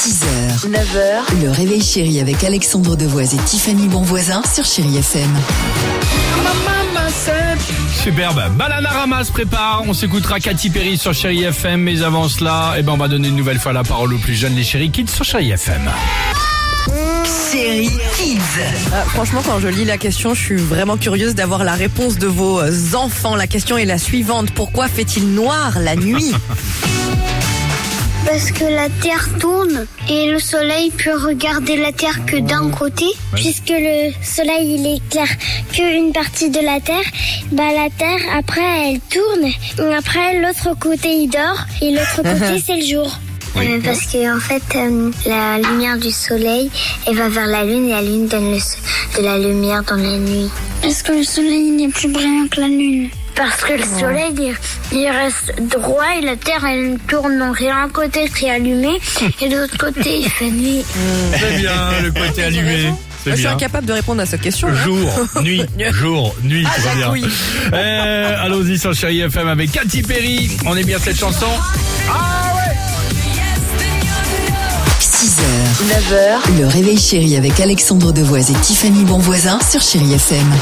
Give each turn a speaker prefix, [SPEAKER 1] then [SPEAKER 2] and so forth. [SPEAKER 1] 6h, 9h, le réveil chéri avec Alexandre Devoise et Tiffany Bonvoisin sur Chérie FM.
[SPEAKER 2] Superbe. Bananarama se prépare. On s'écoutera Katy Perry sur Chéri FM. Mais avant cela, eh ben, on va donner une nouvelle fois la parole aux plus jeunes, les Chéri Kids sur Chéri FM.
[SPEAKER 1] Chérie Kids.
[SPEAKER 3] Euh, franchement, quand je lis la question, je suis vraiment curieuse d'avoir la réponse de vos euh, enfants. La question est la suivante. Pourquoi fait-il noir la nuit
[SPEAKER 2] Ah,
[SPEAKER 4] Parce que la Terre tourne et le Soleil peut regarder la Terre que d'un côté, puisque le Soleil il éclaire qu'une partie de la Terre. Bah la Terre après elle tourne, Et après l'autre côté il dort et l'autre côté c'est le jour. Euh, parce que en fait euh, la lumière du soleil elle va vers la lune et la lune donne de la lumière dans la nuit. Parce que le soleil n'est plus brillant que la lune. Parce que le soleil, il, il reste droit et la terre, elle tourne. Donc il y a un côté qui est allumé et de l'autre côté, il fait nuit.
[SPEAKER 2] C'est bien, le côté allumé.
[SPEAKER 3] Je
[SPEAKER 2] C'est
[SPEAKER 3] suis
[SPEAKER 2] bien.
[SPEAKER 3] incapable de répondre à cette question. hein.
[SPEAKER 2] Jour, nuit, jour, nuit,
[SPEAKER 3] Ah,
[SPEAKER 2] c'est pas bien.
[SPEAKER 3] jacouille.
[SPEAKER 2] Euh, Allons-y sur Chéri FM avec Katy Perry. On aime bien cette chanson.
[SPEAKER 1] 6h, 9h, le réveil chéri avec Alexandre Devoise et Tiffany Bonvoisin sur Chérie FM.